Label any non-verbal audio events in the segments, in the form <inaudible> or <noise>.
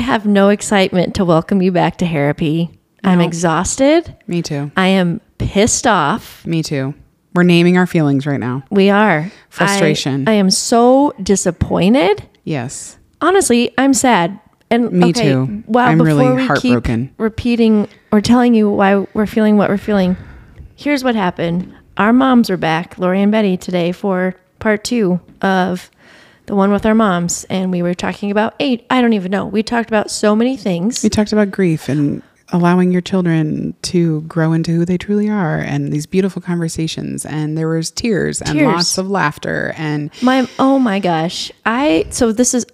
have no excitement to welcome you back to therapy. I'm exhausted. Me too. I am pissed off. Me too. We're naming our feelings right now. We are. Frustration. I, I am so disappointed. Yes. Honestly, I'm sad. And Me okay, too. Wow, I'm before really we heartbroken. keep repeating or telling you why we're feeling what we're feeling, here's what happened. Our moms are back, Lori and Betty, today for part two of the one with our moms, and we were talking about eight. I don't even know. We talked about so many things. We talked about grief and allowing your children to grow into who they truly are and these beautiful conversations and there was tears, and Tears. lots of laughter and My oh my gosh. I so this is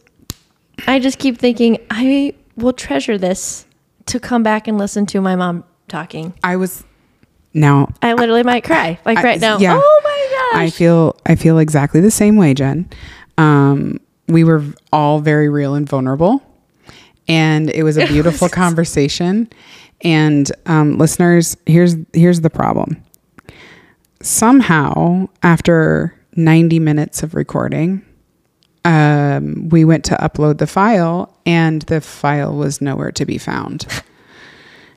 I just keep thinking I will treasure this to come back and listen to my mom talking. I was now I literally might cry like I- right now. yeah. Oh my gosh. I feel I feel exactly the same way, Jen. Um, we were all very real and vulnerable, and it was <laughs> a beautiful conversation. And um, listeners, here's here's the problem. Somehow, after 90 minutes of recording, um, we went to upload the file, and the file was nowhere to be found.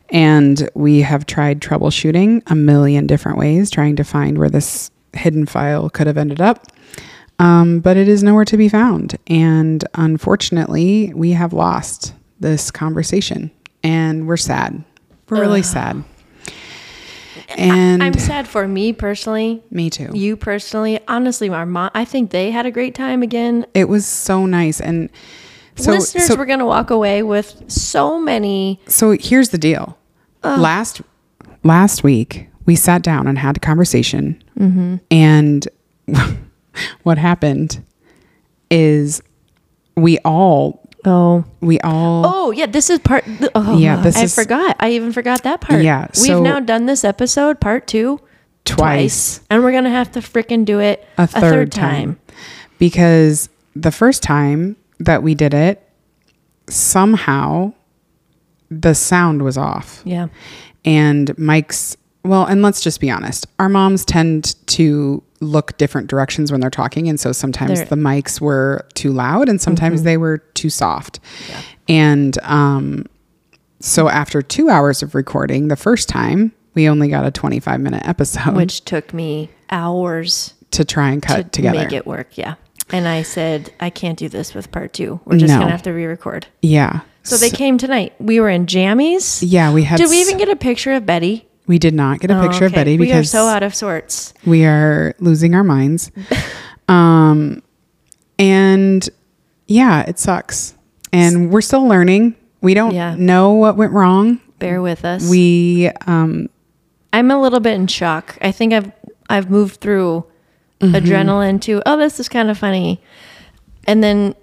And we have tried troubleshooting a million different ways, trying to find where this hidden file could have ended up. Um, but it is nowhere to be found. And unfortunately, we have lost this conversation. And we're sad. We're really sad. And I'm sad for me personally. me too. You personally, honestly, my mom. I think they had a great time again. it was so nice. And so, Listeners so were going to walk away with so many. so here's the deal. Last last week we sat down and had a conversation, Mm-hmm. and <laughs> what happened is we all Oh, we all oh yeah. This is part. Oh, Yeah, this I is- forgot. I even forgot that part. Yeah, so- we've now done this episode part two twice, and we're gonna have to freaking do it a third, time. because the first time that we did it somehow the sound was off. Yeah, and Mike's well, and let's just be honest. Our moms tend to look different directions when they're talking, and so sometimes They're- Mm-hmm. the mics were too loud and sometimes they were too soft. And um so after 2 hours of recording the first time, we only got a 25 minute episode which took me hours to try and cut to Uh, together. make it work. Yeah, and I said I can't do this with part two. We're just No. gonna have to re-record. Yeah. So they came tonight. We were in jammies. yeah, we had Did we s- even get a picture of Betty? we did not get a picture of Okay. Betty we are because so out of sorts. we are losing our minds. um, and yeah, it sucks. And we're still learning. We don't Yeah. know what went wrong. Bear with us. We um, I'm a little bit in shock. I think I've I've moved through Mm-hmm. adrenaline to oh this is kind of funny, and then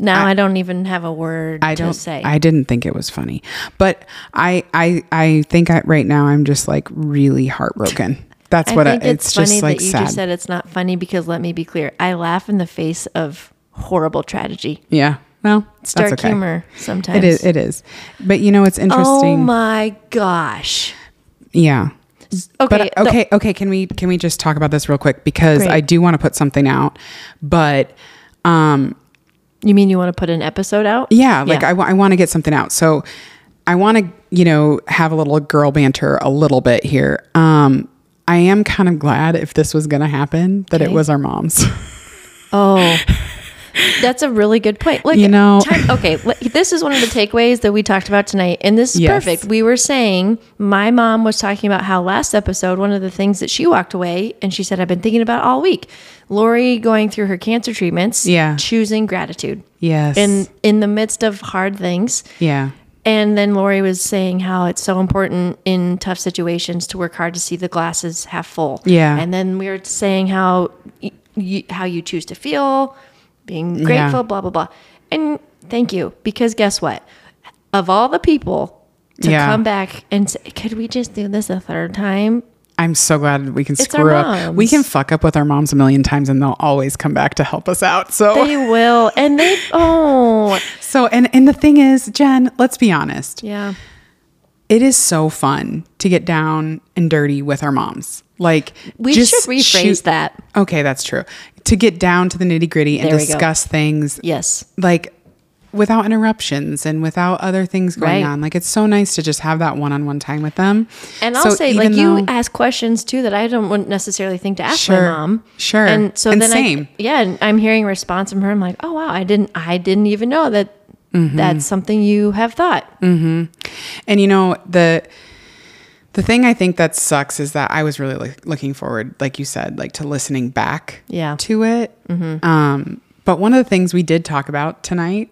now I, don't even have a word I don't to say. I didn't think it was funny, but I I I think I, right now I'm just like really <laughs> heartbroken. That's I what I, think it's, funny just like that you sad. just said it's not funny because let me be clear. I laugh in the face of horrible tragedy. yeah. No, It's that's dark okay. humor sometimes. It is. It is. But you know, it's Oh interesting. my gosh. yeah. Okay. but the- okay, okay. Can we can we just talk about this real quick because Great. I do want to put something out, but um, you mean you want to put an episode out? yeah, like I I, w- I want to get something out. So I want to you know have a little girl banter a little bit here. Um, I am kind of glad if this was going to happen that it Okay. was our moms. <laughs> Oh, that's a really good point. Look, You know- time- okay, le- this is one of the takeaways that we talked about tonight, and this is Yes. perfect. We were saying my mom was talking about how last episode, one of the things that she walked away and she said, I've been thinking about all week. Lori going through her cancer treatments, Yeah. choosing gratitude yes, in in the midst of hard things. yeah, And then Lori was saying how it's so important in tough situations to work hard to see the glasses half full. Yeah. And then we were saying how y- y- how you choose to feel, being Yeah. grateful, blah blah blah. And thank you because guess what? Of all the people to Yeah. come back and say, could we just do this a third time? I'm so glad we can It's our screw up. We moms. can fuck up with our moms a million times, and they'll always come back to help us out. So <laughs> They will. And they oh so and and the thing is, Jen, let's be honest. yeah. it is so fun to get down and dirty with our moms. Like We just should rephrase shoot- that. Okay, that's true. To get down to the nitty gritty and There we go. discuss things Yes. like without interruptions and without other things Right. going on. Like it's so nice to just have that one-on-one time with them. And I'll So say, like, even you though- ask questions too that I don't wouldn't necessarily think to ask Sure. my mom. Sure. And so And then same. I, yeah, and I'm hearing a response from her. I'm like, oh wow, I didn't, I didn't even know that Mm-hmm. that's something you have thought. And you know, the the thing I think that sucks is that I was really like, looking forward, like you said, like to listening back Yeah. to it. Um, but one of the things we did talk about tonight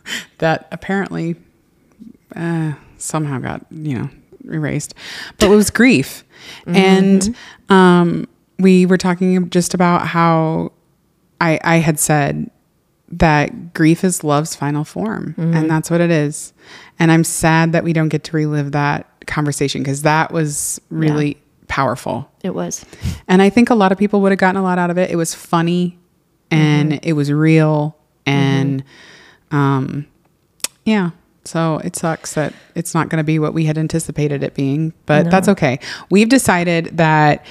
<laughs> that apparently uh, somehow got, you know, erased, but it was grief. And um, we were talking just about how I, I had said that grief is love's final form, and that's what it is. And I'm sad that we don't get to relive that conversation because that was really powerful. It was. And I think a lot of people would have gotten a lot out of it. It was funny and Mm-hmm. it was real and um yeah. So it sucks that it's not going to be what we had anticipated it being, but that's okay. We've decided that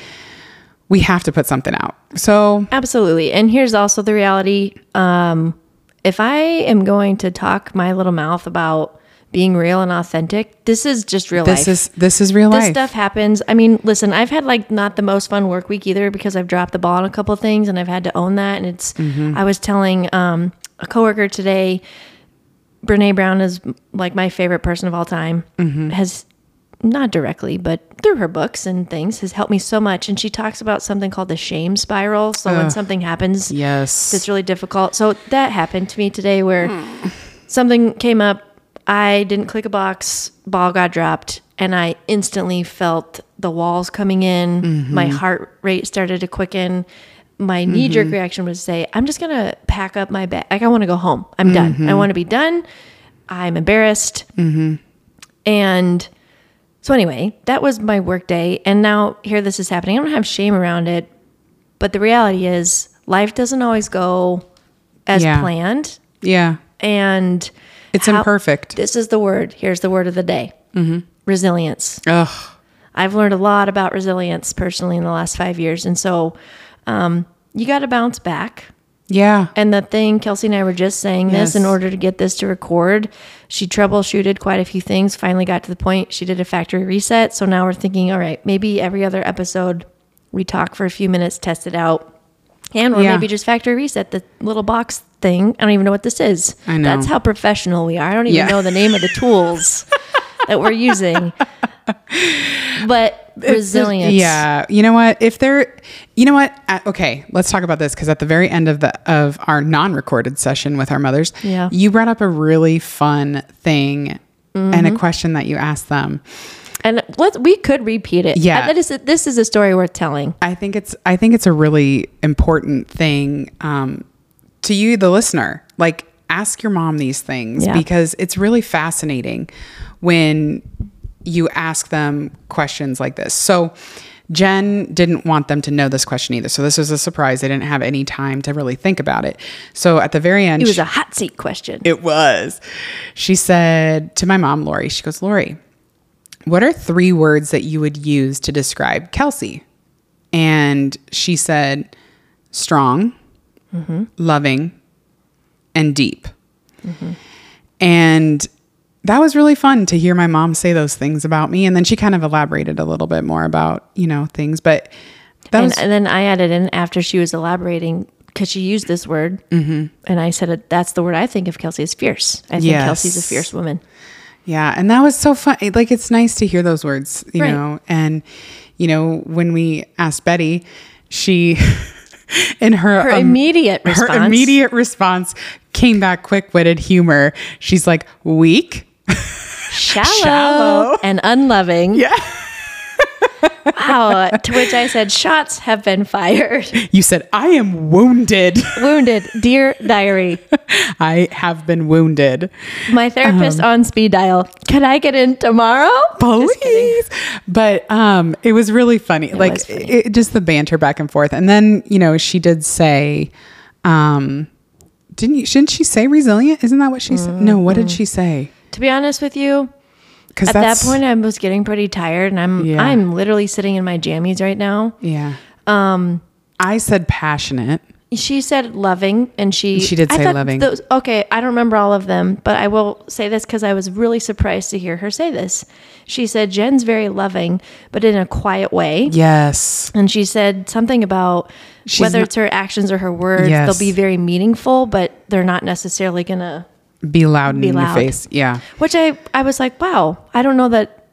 we have to put something out. So, Absolutely. And here's also the reality. Um, if I am going to talk my little mouth about being real and authentic, this is just real this life. is this is real this life. stuff happens. I mean, listen, I've had like not the most fun work week either because I've dropped the ball on a couple of things and I've had to own that. And it's, I was telling um, a coworker today, Brene Brown is like my favorite person of all time. Has not directly, but through her books and things, has helped me so much. And she talks about something called the shame spiral. So when something happens, yes. it's really difficult. So that happened to me today where something came up. I didn't click a box, ball got dropped, and I instantly felt the walls coming in. My heart rate started to quicken. My knee jerk reaction was to say, I'm just going to pack up my bag. Like, I want to go home. I'm done. I want to be done. I'm embarrassed. And so, anyway, that was my work day. And now here this is happening. I don't have shame around it. But the reality is, life doesn't always go as Yeah. planned. yeah. And It's how- imperfect. This is the word. Here's the word of the day Mm-hmm. resilience. Ugh. I've learned a lot about resilience personally in the last five years. And so, um, you got to bounce back. Yeah. And the thing, Kelsey and I were just saying Yes. this in order to get this to record. She troubleshooted quite a few things, finally got to the point. She did a factory reset. So now we're thinking, all right, maybe every other episode we talk for a few minutes, test it out, and or Yeah. maybe just factory reset the little box thing. I don't even know what this is. I know. That's how professional we are. I don't even Yeah. know the name of the <laughs> tools that we're using. But resilience. Yeah. You know what? If there, you know what? At- okay, let's talk about this because at the very end of the of our non-recorded session with our mothers, Yeah. you brought up a really fun thing and Mm-hmm. a question that you asked them. And let's we could repeat it. Yeah. That is this is a story worth telling. I think it's I think it's a really important thing um, to you, the listener. Like, ask your mom these things Yeah. because it's really fascinating when you ask them questions like this. So. Jen didn't want them to know this question either. So this was a surprise. They didn't have any time to really think about it. So at the very end, It was she- a hot seat question. <laughs> it was. She said to my mom, Lori, she goes, Lori, what are three words that you would use to describe Kelsey? And she said, strong, Mm-hmm. loving, and deep. Mm-hmm. And that was really fun to hear my mom say those things about me. And then she kind of elaborated a little bit more about, you know, things. But that and, was, and then I added in after she was elaborating because she used this word, mm-hmm. and I said it, that's the word I think of Kelsey is fierce. I think Yes. Kelsey's a fierce <laughs> woman. Yeah, and that was so fun. It- Like it's nice to hear those words, you Right. know. And you know, when we asked Betty, she <laughs> in her Her um, immediate response. her immediate response came back quick-witted humor. She's like, "Weak." shallow, Shallow. and unloving. Yeah. wow. To which I said, shots have been fired. <laughs> You said, "I am wounded. <laughs> Wounded, dear diary. I have been wounded." My Um. therapist on speed dial. Can I get in tomorrow? Just kidding. police. But um, it was really funny. like was funny. It, just the banter back and forth. And then you know she did say, um, didn't you, shouldn't she say resilient? Isn't that what she said? No, what did she say? To be honest with you, Because at that point I was getting pretty tired, and I'm Yeah. I'm literally sitting in my jammies right now. yeah. Um, I said passionate. She said loving, and she She did I say thought loving. Those, okay, I don't remember all of them, but I will say this because I was really surprised to hear her say this. She said Jen's very loving, but in a quiet way. Yes. And she said something about She's whether not- it's her actions or her words, Yes. they'll be very meaningful, but they're not necessarily gonna. Be loud and Be in loud. your face. Yeah. Which I I was like, wow, I don't know that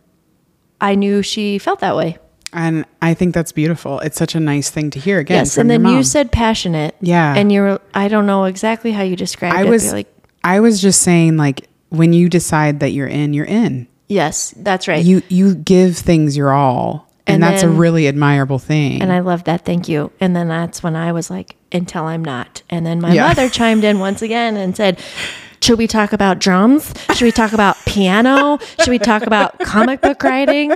I knew she felt that way. And I think that's beautiful. It's such a nice thing to hear again. Yes, from and your then mom. you said passionate. Yeah. and you were I don't know exactly how you described I it. was but like, I was just saying like when you decide that you're in, you're in. yes, that's right. You you give things your all. And And, that's a then- really admirable thing. and I love that. Thank you. And then that's when I was like, until I'm not. And then my Yeah. mother chimed in once again and said. Should we talk about drums? Should we talk about piano? Should we talk about comic book writing?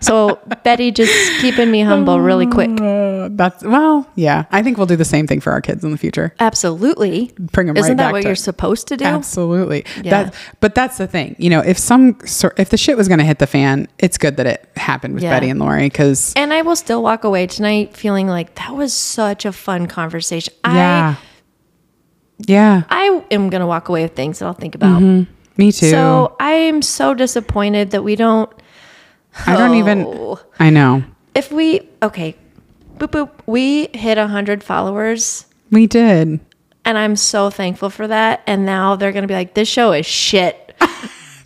So Betty just keeping me humble really quick. Uh, that's well, yeah. I think we'll do the same thing for our kids in the future. Absolutely. Bring 'em Isn't right that back what to you're it. supposed to do? Absolutely. Yeah. That, but that's the thing. You know, if some sor- if the shit was going to hit the fan, it's good that it happened with Yeah. Betty and Lori because And I will still walk away tonight feeling like that was such a fun conversation. yeah, yeah. I I am gonna walk away with things that I'll think about. Mm-hmm. Me too. So I am so disappointed that we don't. I don't even. Oh. I know If we okay, boop boop, we hit hundred followers, we did. and I'm so thankful for that. And now they're gonna be like, this show is shit.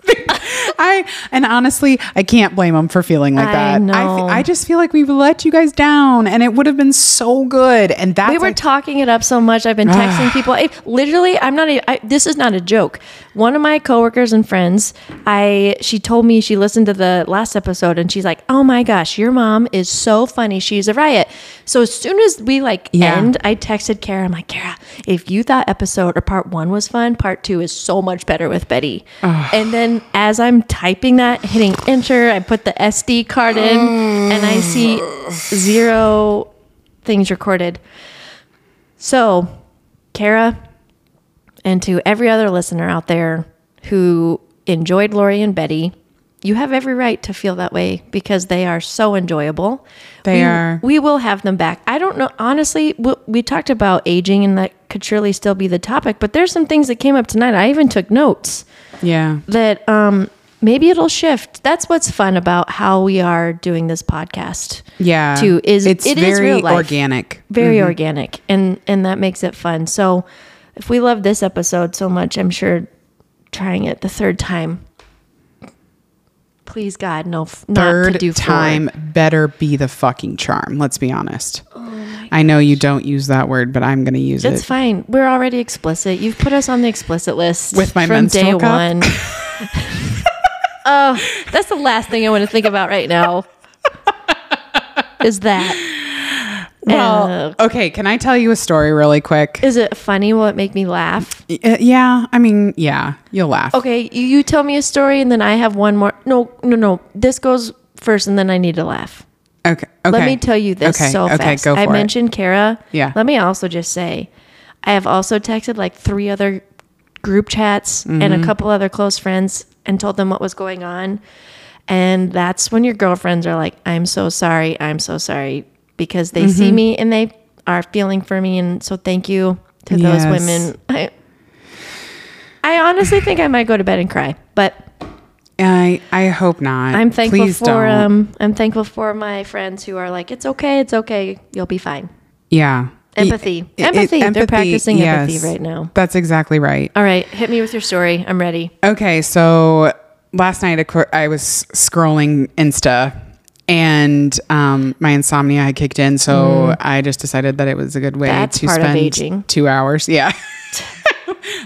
I and honestly, I can't blame them for feeling like I that. I, know. I just feel like we've let you guys down, and it would have been so good. And that's we were I- talking it up so much. I've been Ah. texting people. I, literally, I'm not. A, I, this is not a joke. One of my coworkers and friends, I she told me she listened to the last episode and she's like, "Oh my gosh, your mom is so funny. She's a riot." So as soon as we like Yeah. end, I texted Kara. I'm like, "Kara, if you thought episode or part one was fun, part two is so much better with Betty." And then as I'm typing that, hitting enter, I put the SD card in, and I see zero things recorded. So, Kara, and to every other listener out there who enjoyed Lori and Betty, you have every right to feel that way because they are so enjoyable. They we, are. We will have them back. I don't know. Honestly, we, we talked about aging, and that could surely still be the topic. But there's some things that came up tonight. I even took notes yeah. that um, maybe it'll shift. That's what's fun about how we are doing this podcast. Yeah. Too is it's it is very real life. organic. very organic and and that makes it fun so if we love this episode so much i'm sure trying it the third time please god no f- not to Third do four. time better be the fucking charm. Let's be honest. Oh I know you don't use that word, but I'm going to use it's it. fine we're already explicit you've put us on the explicit list With my from day menstrual cup? <laughs> one oh that's the last thing i want to think about right now is that Uh, Well, okay. Can I tell you a story really quick? is it funny will it make me laugh Y- uh, yeah. I mean, yeah. You'll laugh. Okay, you, you tell me a story and then I have one more. No, no, no. This goes first and then I need to laugh. Okay. Okay. Let me tell you this Okay. so okay, fast. Go for I it. mentioned Kara. Yeah. Let me also just say I have also texted like three other group chats and Mm-hmm. a couple other close friends and told them what was going on. And that's when your girlfriends are like, I'm so sorry. I'm so sorry because they see Mm-hmm. me and they are feeling for me. And so thank you to Yes. those women. I, I honestly think I might go to bed and cry, but I I hope not. I'm thankful Please for don't. um I'm thankful for my friends who are like, It's okay, it's okay, you'll be fine. Yeah. Empathy. I- I- Empathy. They're practicing empathy right now. That's exactly right. All right, hit me with your story. I'm ready. Okay, so last night of cour- I was scrolling Insta and um, my insomnia had kicked in, so I just decided that it was a good way Mm. That's to part of spend aging. two hours. Yeah. <laughs>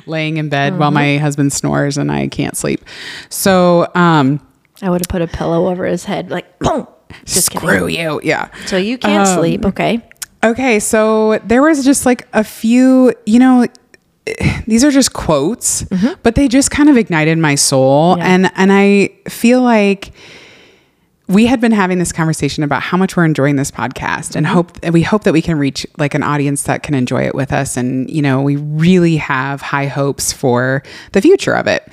Laying in bed while my Mm-hmm. husband snores and I can't sleep. So, um, I would have put a pillow over his head, like <clears throat> boom. Just kidding. screw Um, you. Yeah. So you can't sleep, okay? Okay, so there was just like a few, you know, these are just quotes, but they just kind of ignited my soul Yeah. and and I feel like we had been having this conversation about how much we're enjoying this podcast and hope and we hope that we can reach like an audience that can enjoy it with us and you know, we really have high hopes for the future of it.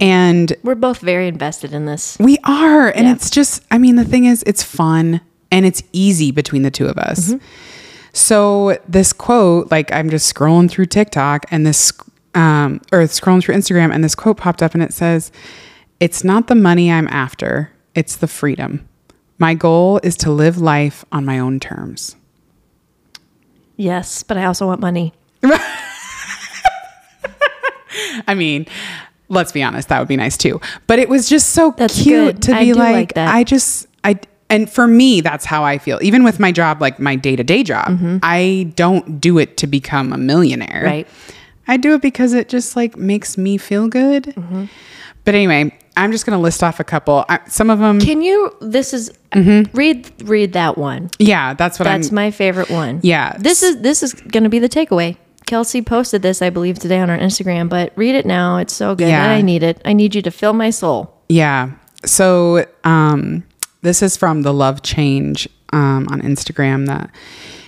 And We're both very invested in this. we are. And it's just, I mean, the thing is, it's fun and it's easy between the two of us. So this quote, like I'm just scrolling through TikTok and this, um, or scrolling through Instagram, and this quote popped up and it says, "It's not the money I'm after; it's the freedom. My goal is to live life on my own terms." Yes, but I also want money. I mean, let's be honest, that would be nice too. But it was just so That's cute good. to I be do like, like that. I just, I, and for me, that's how I feel. Even with my job, like my day to day job, I don't do it to become a millionaire. Mm-hmm. Right. I do it because it just like makes me feel good. Mm-hmm. But anyway, I'm just going to list off a couple. I, some of them, Can you? This is read read that one. yeah, that's what That's Mm-hmm. I'm. my favorite one. Yeah. This is this is going to be the takeaway. Kelsey posted this, I believe, today on our Instagram. But read it now; it's so good. Yeah. I need it. I need you to fill my soul. Yeah. So um, this is from the Love Change um, on Instagram that,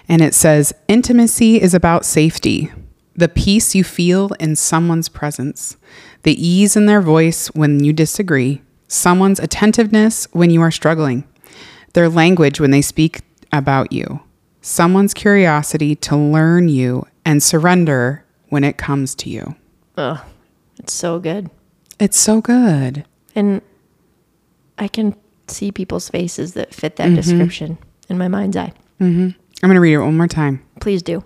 and it says intimacy is about safety, the peace you feel in someone's presence, the ease in their voice when you disagree, someone's attentiveness when you are struggling, their language when they speak about you, someone's curiosity to learn you and surrender when it comes to you. Ugh, it's so good, It's so good. and I can see people's faces that fit that description in my mind's eye. I'm going to read it one more time. Please do.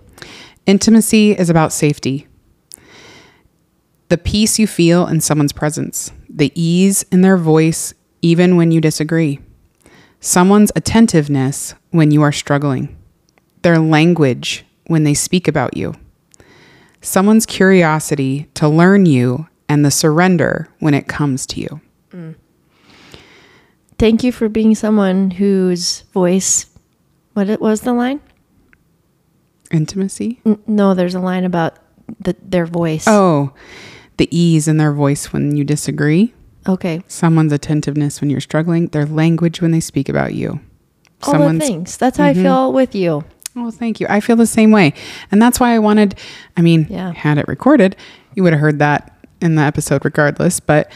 Intimacy is about safety. The peace you feel in someone's presence, the ease in their voice, even when you disagree, someone's attentiveness when you are struggling, their language when they speak about you, someone's curiosity to learn you, and the surrender when it comes to you. Thank you for being someone whose voice. What it was the line? Intimacy? N- no, there's a line about the, their voice. Oh, the ease in their voice when you disagree. okay. someone's attentiveness when you're struggling, their language when they speak about you. All the things. That's how I feel with you. Oh, thank you. I feel the same way. And that's why I wanted, I mean, Yeah. had it recorded, you would have heard that in the episode regardless, but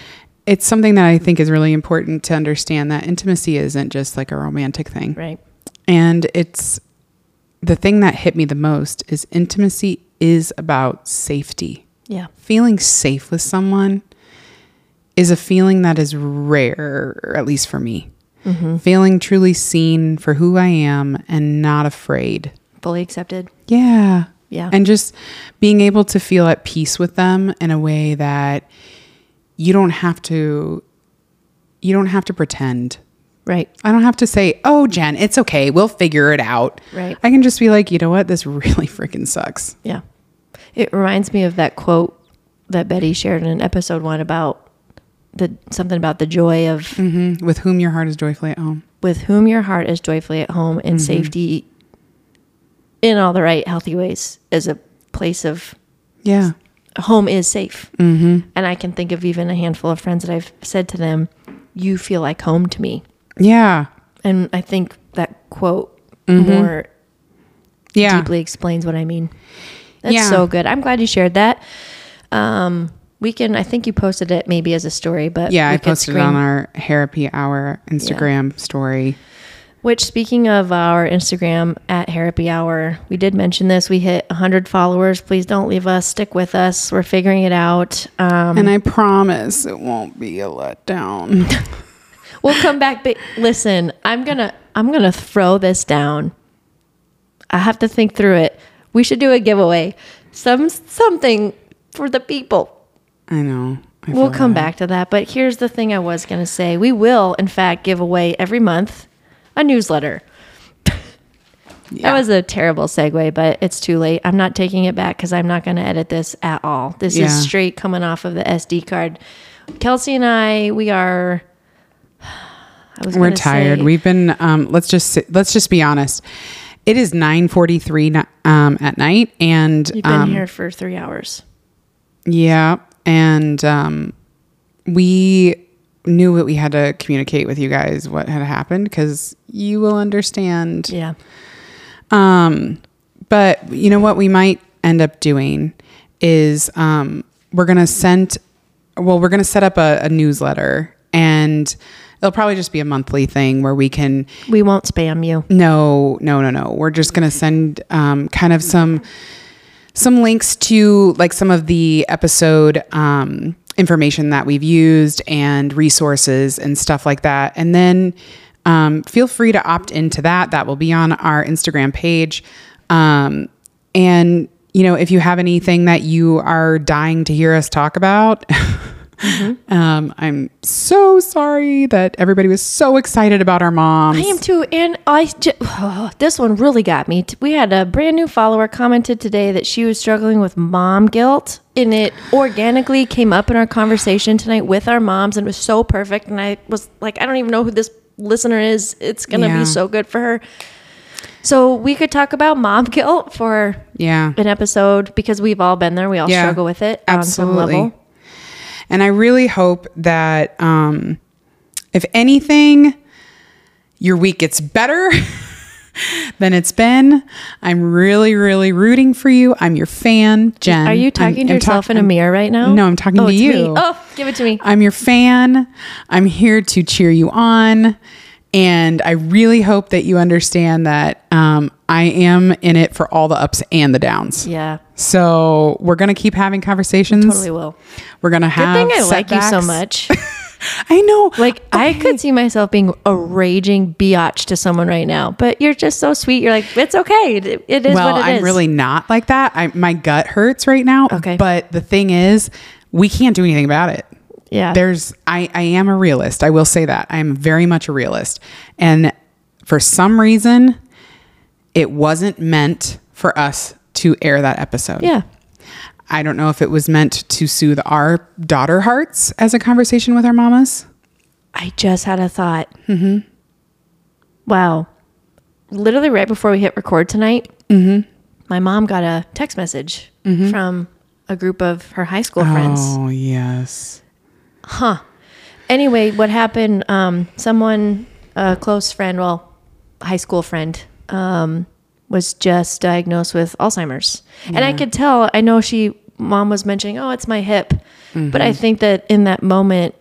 it's something that I think is really important to understand that intimacy isn't just like a romantic thing. Right. And it's the thing that hit me the most is intimacy is about safety. Yeah. Feeling safe with someone is a feeling that is rare, at least for me. Mm-hmm. Feeling truly seen for who I am and not afraid. Fully accepted. Yeah. Yeah. And just being able to feel at peace with them in a way that you don't have to you don't have to pretend. Right. I don't have to say, "Oh, Jen, it's okay. We'll figure it out." Right. I can just be like, "You know what? This <laughs> really freaking sucks." Yeah. It reminds me of that quote that Betty shared in episode one about the something about the joy of Mm-hmm. With whom your heart is joyfully at home. with whom your heart is joyfully at home and Mm-hmm. safety in all the right healthy ways is a place of Yeah. home is safe. Mm-hmm. And I can think of even a handful of friends that I've said to them, "You feel like home to me," Yeah. and I think that quote more Mm-hmm. Yeah. deeply explains what I mean. That's Yeah. so good. I'm glad you shared that. Um, we can. I think you posted it maybe as a story, but Yeah, we I could posted it screen- on our therapy hour Instagram story. Which, speaking of our Instagram at Therapy Hour, we did mention this. We hit 100 followers. Please don't leave us. Stick with us. We're figuring it out. Um, and I promise it won't be a <laughs> letdown. we'll come back. But listen, I'm gonna I'm gonna throw this down. I have to think through it. We should do a giveaway, some something for the people. I know. I We'll feel come bad. back to that. But here's the thing I was going to say. We will, in fact, give away every month a newsletter. Yeah. That was a terrible segue, but it's too late. I'm not taking it back because I'm not going to edit this at all. This Yeah. is straight coming off of the SD card. Kelsey and I, we are. I was We're gonna tired. say- We've been. Um, let's just sit, let's just be honest. It is nine forty three um, at night, and You've been um, here for three hours. yeah, and um, we knew that we had to communicate with you guys what had happened because you will understand. Yeah. Um, but you know what we might end up doing is um, we're gonna send, well, we're gonna set up a, a newsletter, and It'll probably just be a monthly thing where we can We won't spam you. no, no, no, no. We're just going to send um, kind of some some links to like some of the episode um, information that we've used and resources and stuff like that. And then um, feel free to opt into that. That will be on our Instagram page. Um, and you know, if you have anything that you are dying to hear us talk about. <laughs> Mm-hmm. Um, I'm so sorry that everybody was so excited about our moms. I am too, and I ju- <sighs> this one really got me. T- We had a brand new follower commented today that she was struggling with mom guilt, and it organically came up in our conversation tonight with our moms, and it was so perfect. And I was like, I don't even know who this listener is. It's gonna Yeah. be so good for her. So we could talk about mom <laughs> guilt for Yeah. an episode because we've all been there. We all Yeah, struggle with it on some level. And I really hope that um, if anything, your week gets better <laughs> than it's been. I'm really, really rooting for you. I'm your fan, Jen. Are you talking I'm- to I'm yourself talk- in a I'm- mirror right now? No, I'm talking Oh, to it's me. you. Oh, give it to me. I'm your fan. I'm here to cheer you on. And I really hope that you understand that um, I am in it for all the ups and the downs. yeah, So we're going to keep having conversations. totally will. We're going to Good have thing I like you so Um, setbacks. <laughs> much. I know. Like I could see myself being a raging biatch to someone right now, but you're just so sweet. You're like, it's okay. It, it is well, what it I'm is." really not like that. I, my gut hurts right now. Okay. But the thing is, we can't do anything about it. yeah. There's, I, I am a realist. I will say that. I am very much a realist. And for some reason, it wasn't meant for us to air that episode. yeah. I don't know if it was meant to soothe our daughter hearts as a conversation with our mamas. I just had a thought. Mm-hmm. Wow. Literally right before we hit record tonight, Mm-hmm. my mom got a text message from a group of her high school friends. Oh, yes. Anyway, what happened? Um, someone, a close friend, well, high school friend, um, was just diagnosed with Alzheimer's, and I could tell. I know she, mom, was mentioning, "Oh, it's my hip," but I Mm-hmm. think that in that moment,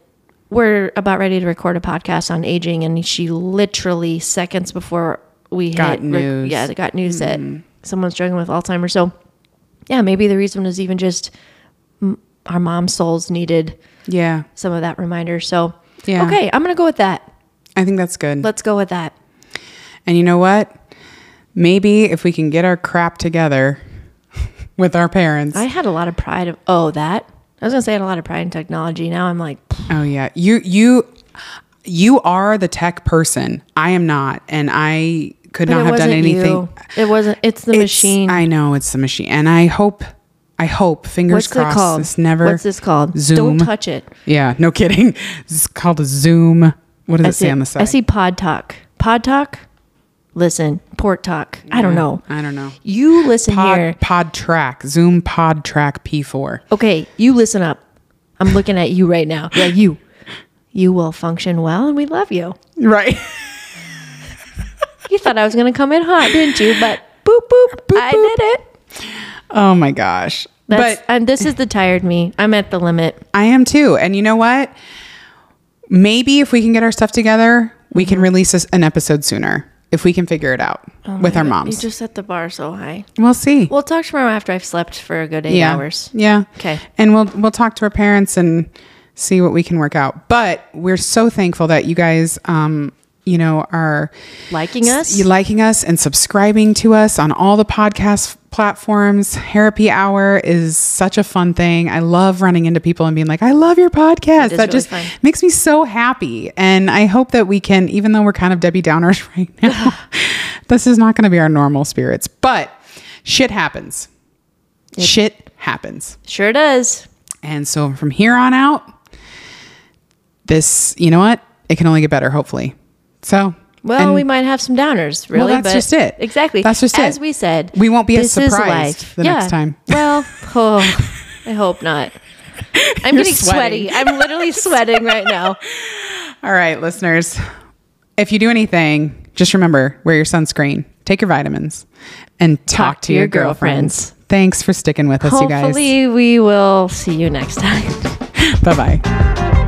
we're about ready to record a podcast on aging, and she literally seconds before we hit, Got rec- news. Mm-hmm. yeah, got news that someone's struggling with Alzheimer's. So, yeah, maybe the reason was even just mm, our mom's souls needed Yeah. some of that reminder. So, Yeah. okay, I'm going to go with that. I think that's good. Let's go with that. And you know what? Maybe if we can get our crap together <laughs> with our parents. I had a lot of pride of, oh, that. I was going to say I had a lot of pride in technology. Now I'm like, oh yeah. You you you are the tech person. I am not and I could but not it have done wasn't anything. you. It wasn't, it's the It's- machine. I know it's the machine. And I hope I hope fingers What's it crossed called? this never What's this called? Zoom. Don't touch it. Yeah, no kidding. <laughs> It's called a Zoom. What does I it say see, on the side? I see pod talk. Pod talk? Listen, port talk. I don't know. I don't know. You listen here. Pod, pod track. Zoom pod track P4. Okay, you listen up. I'm looking at you right now. Yeah, you. You will function well, and we love you. <laughs> Right. You thought I was going to come in hot, didn't you? But boop, boop, I boop. did it. oh my gosh. That's, but and this is the tired me. I'm at the limit. I am too. And you know what? Maybe if we can get our stuff together, we Mm-hmm. can release us an episode sooner if we can figure it out with our moms. Oh You just set the bar so high. we'll see. We'll talk tomorrow after I've slept for a good eight yeah. hours. Yeah. Okay. And we'll we'll talk to our parents and see what we can work out. But we're so thankful that you guys um you know are Liking us? you liking us and subscribing to us on all the podcast platforms. Therapy Hour is such a fun thing. I love running into people and being like, I love your podcast. It is That really just fun. makes me so happy. And I hope that we can, even though we're kind of Debbie Downers <laughs> right <laughs> now, this is not going to be our normal spirits, but shit happens. Shit happens. sure does. And so from here on out, this, you know what? It can only get better, hopefully. So, Well, and- we might have some downers, really. that's but- just it. Exactly. That's just it. As we said, We won't be as this is surprised life. the yeah. next time. <laughs> <laughs> Well, oh, I hope not. I'm You're getting sweaty. sweating. I'm literally sweating right <laughs> now. All right, listeners, if you do anything, just remember wear your sunscreen, take your vitamins, and talk, to, your, girlfriends. Thanks for sticking with us, you Hopefully, we will see you next time. guys. Bye bye.